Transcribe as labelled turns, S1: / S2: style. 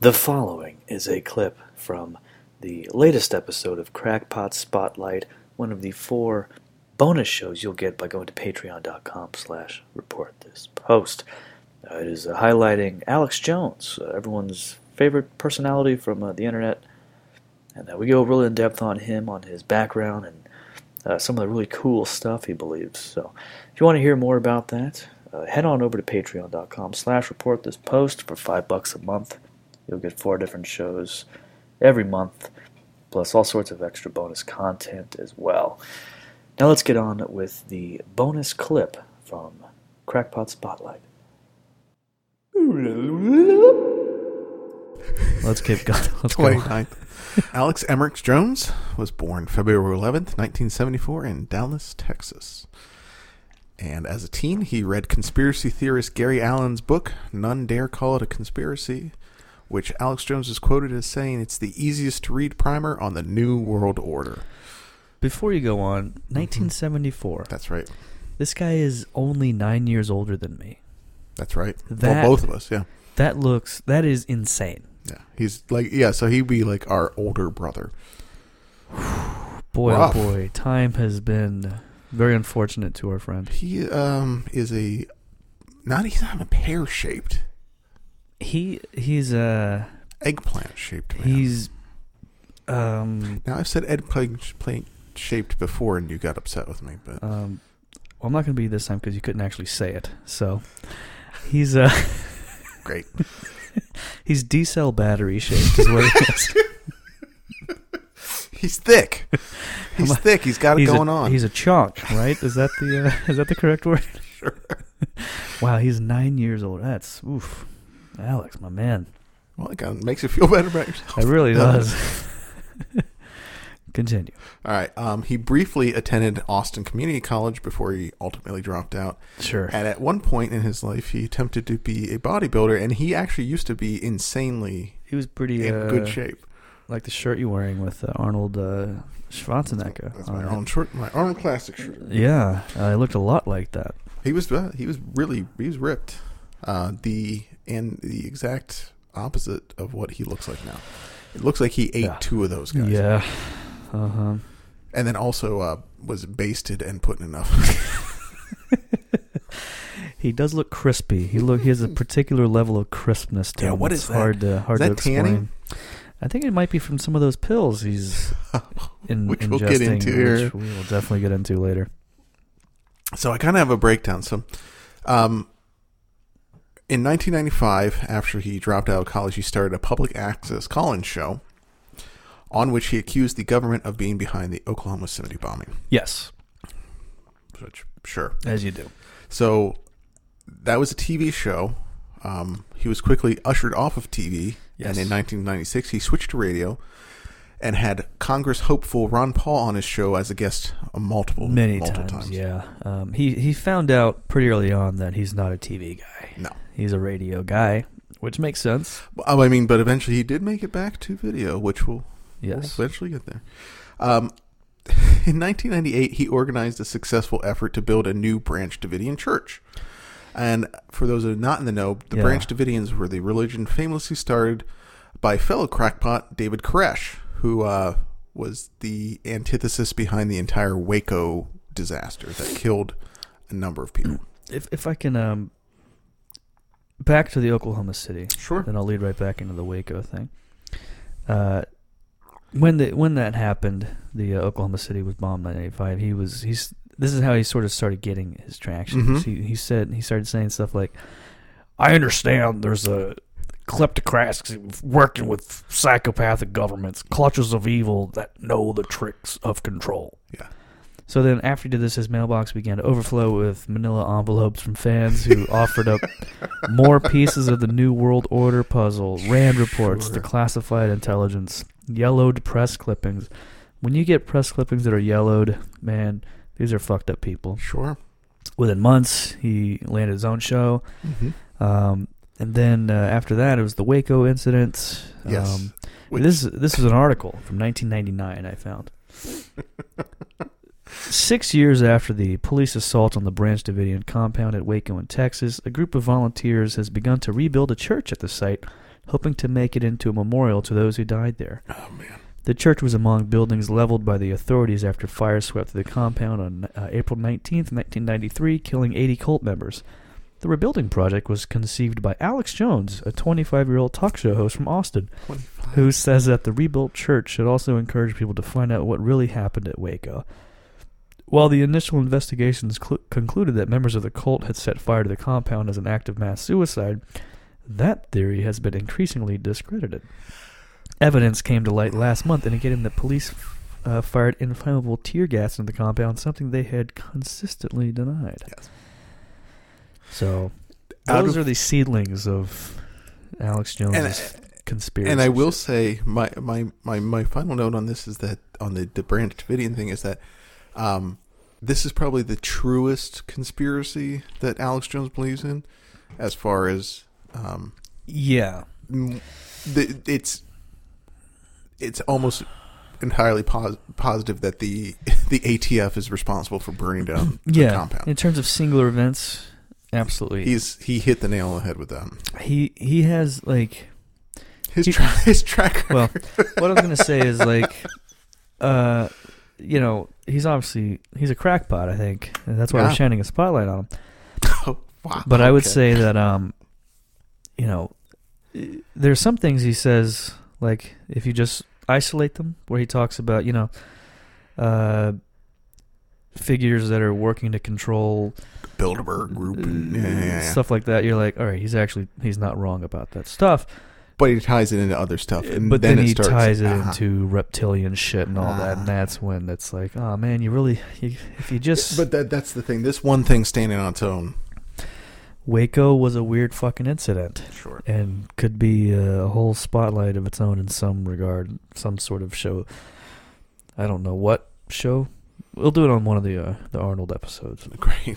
S1: The following is a clip from the latest episode of Crackpot Spotlight, one of the four bonus shows you'll get by going to patreon.com slash report this post. Uh, it is uh, highlighting Alex Jones, uh, everyone's favorite personality from uh, the internet. And uh, we go really in depth on him, on his background, and uh, some of the really cool stuff he believes. So if you want to hear more about that, uh, head on over to patreon.com slash report this post for five bucks a month. You'll get four different shows every month, plus all sorts of extra bonus content as well. Now let's get on with the bonus clip from Crackpot Spotlight. Let's keep going. Let's go.
S2: 29th. Alex Emmerichs Jones was born February 11th, 1974, in Dallas, Texas. And as a teen, he read conspiracy theorist Gary Allen's book, None Dare Call It a Conspiracy, which Alex Jones is quoted as saying it's the easiest to read primer on the New World Order.
S3: Before you go on,
S2: Mm-hmm.
S3: 1974.
S2: That's right.
S3: This guy is only nine years older than me.
S2: That's right.
S3: That-
S2: well, both of us, yeah.
S3: That looks. That is insane.
S2: Yeah. He's like, yeah, so he'd be like our older brother.
S3: Boy,
S2: Rough.
S3: oh boy, time has been very unfortunate to our friend.
S2: He um is a, not, he's not pear shaped,
S3: He he's uh
S2: eggplant shaped man.
S3: he's um
S2: Now I've said Ed playing playing shaped before, and you got upset with me, but
S3: um. Well, I'm not going to be this time because you couldn't actually say it. So he's uh
S2: great.
S3: he's D cell battery shaped is what it is.
S2: He's thick. He's thick. He's got it
S3: he's
S2: going
S3: a,
S2: on.
S3: He's a chonk, right? Is that the uh, is that the correct word?
S2: Sure.
S3: Wow, he's nine years old. That's oof, Alex, my man.
S2: well, it kind of makes you feel better about yourself.
S3: It really
S2: Yeah.
S3: does. Continue.
S2: All right. Um, he briefly attended Austin Community College before he ultimately dropped out.
S3: Sure.
S2: And at one point in his life, he attempted to be a bodybuilder, and he actually used to be insanely
S3: He was pretty uh,
S2: in good shape.
S3: Like the shirt you're wearing with uh, Arnold uh, Schwarzenegger.
S2: That's
S3: on
S2: my
S3: it.
S2: own short, my own classic shirt.
S3: Yeah, uh, it looked a lot like that.
S2: He was uh, he was really he was ripped. Uh, the and the exact opposite of what he looks like now. It looks like he ate
S3: Yeah.
S2: two of those guys.
S3: Yeah. Uh huh.
S2: And then also uh, was basted and put in enough.
S3: He does look crispy. He look. He has a particular level of crispness to
S2: Yeah,
S3: him.
S2: what
S3: that's
S2: is that?
S3: Hard to hard
S2: that
S3: to explain.
S2: tanning?
S3: I think it might be from some of those pills he's in,
S2: Which
S3: ingesting,
S2: we'll get into here.
S3: which we will definitely get into later.
S2: so I kind of have a breakdown. So, um, in 1995, after he dropped out of college, he started a public access call-in show, on which he accused the government of being behind the Oklahoma City bombing.
S3: Yes,
S2: Which sure,
S3: as you do.
S2: So that was a TV show. Um, he was quickly ushered off of TV,
S3: Yes.
S2: and in 1996 he switched to radio, and had Congress hopeful Ron Paul on his show as a guest uh, multiple
S3: Many
S2: multiple
S3: times, yeah. Um, he he found out pretty early on that he's not a TV guy.
S2: No.
S3: he's a radio guy, which makes sense.
S2: Well, I mean, but eventually he did make it back to video, which will
S3: Yes,
S2: We'll eventually get there. Um, in 1998, he organized a successful effort to build a new Branch Davidian church. And for those who are not in the know, the
S3: Yeah.
S2: Branch Davidians were the religion famously started by fellow crackpot David Koresh, who uh, was the antithesis behind the entire Waco disaster that killed a number of people.
S3: if if I can um back to the Oklahoma City,
S2: Sure.
S3: then I'll lead right back into the Waco thing. Uh, when the when that happened, the uh, Oklahoma City was bombed 1985. He was he's this is how he sort of started getting his traction.
S2: Mhm.
S3: He he said he started saying stuff like, "I understand there's a
S4: kleptocrats working with psychopathic governments, clutches of evil that know the tricks of control.
S3: So then, after he did this, his mailbox began to overflow with manila envelopes from fans who offered up more pieces of the New World Order puzzle, RAND reports, the
S2: Sure.
S3: classified intelligence, yellowed press clippings. When you get press clippings that are yellowed, man, these are fucked up people.
S2: Sure.
S3: Within months, he landed his own show.
S2: Mm-hmm.
S3: Um, and then uh, after that, it was the Waco incident.
S2: Yes.
S3: Um,
S2: Which-
S3: this this was an article from 1999 I found. Six years after the police assault on the Branch Davidian compound at Waco in Texas, a group of volunteers has begun to rebuild a church at the site hoping to make it into a memorial to those who died there.
S2: Oh man.
S3: The church was among buildings leveled by the authorities after fire swept through the compound on uh, April 19th, 1993, killing 80 cult members. The rebuilding project was conceived by Alex Jones, a 25 year old talk show host from Austin,
S2: 25.
S3: who says that the rebuilt church should also encourage people to find out what really happened at Waco. While the initial investigations clu concluded that members of the cult had set fire to the compound as an act of mass suicide, that theory has been increasingly discredited. Evidence came to light last month indicating that police uh, fired inflammable tear gas into the compound, something they had consistently denied.
S2: Yes.
S3: So,
S2: Out
S3: those
S2: of-
S3: are the seedlings of Alex
S2: And,
S3: Jones' conspiracy.
S2: and I will
S3: shit.
S2: say my, my my my final note on this is that on the, the Branch Davidian thing is that um, this is probably the truest conspiracy that Alex Jones believes in, as far as um,
S3: yeah,
S2: m- the, it's it's almost entirely pos- positive that the the ATF is responsible for burning down the
S3: yeah.
S2: compound.
S3: In terms of singular events, absolutely.
S2: He's he hit the nail on the head with them.
S3: he he has like
S2: His
S3: He-
S2: tra- his tracker.
S3: well, what I was gonna say is like, uh, you know, he's obviously he's a crackpot. I think, and that's why
S2: Yeah.
S3: we're shining a spotlight on him.
S2: wow.
S3: But I would
S2: oh,
S3: say
S2: Okay.
S3: that um, you know, there's some things he says like if you just isolate them, where he talks about you know, uh, figures that are working to control
S2: Bilderberg group. And, yeah, yeah, yeah.
S3: Mm, stuff like that. You're like, all right, he's actually he's not wrong about that stuff.
S2: But he ties it into other stuff, and
S3: but then,
S2: it
S3: he
S2: starts,
S3: ties it
S2: uh-huh.
S3: into reptilian shit and all that,
S2: Ah.
S3: and that's when it's like, oh man, you really, you, if you just
S2: But that, that's the thing. This one thing standing on its own.
S3: Waco was a weird fucking incident
S2: Sure.
S3: and could be a whole spotlight of its own in some regard, some sort of show. I don't know what show. We'll do it on one of the uh, the Arnold episodes.
S2: Great.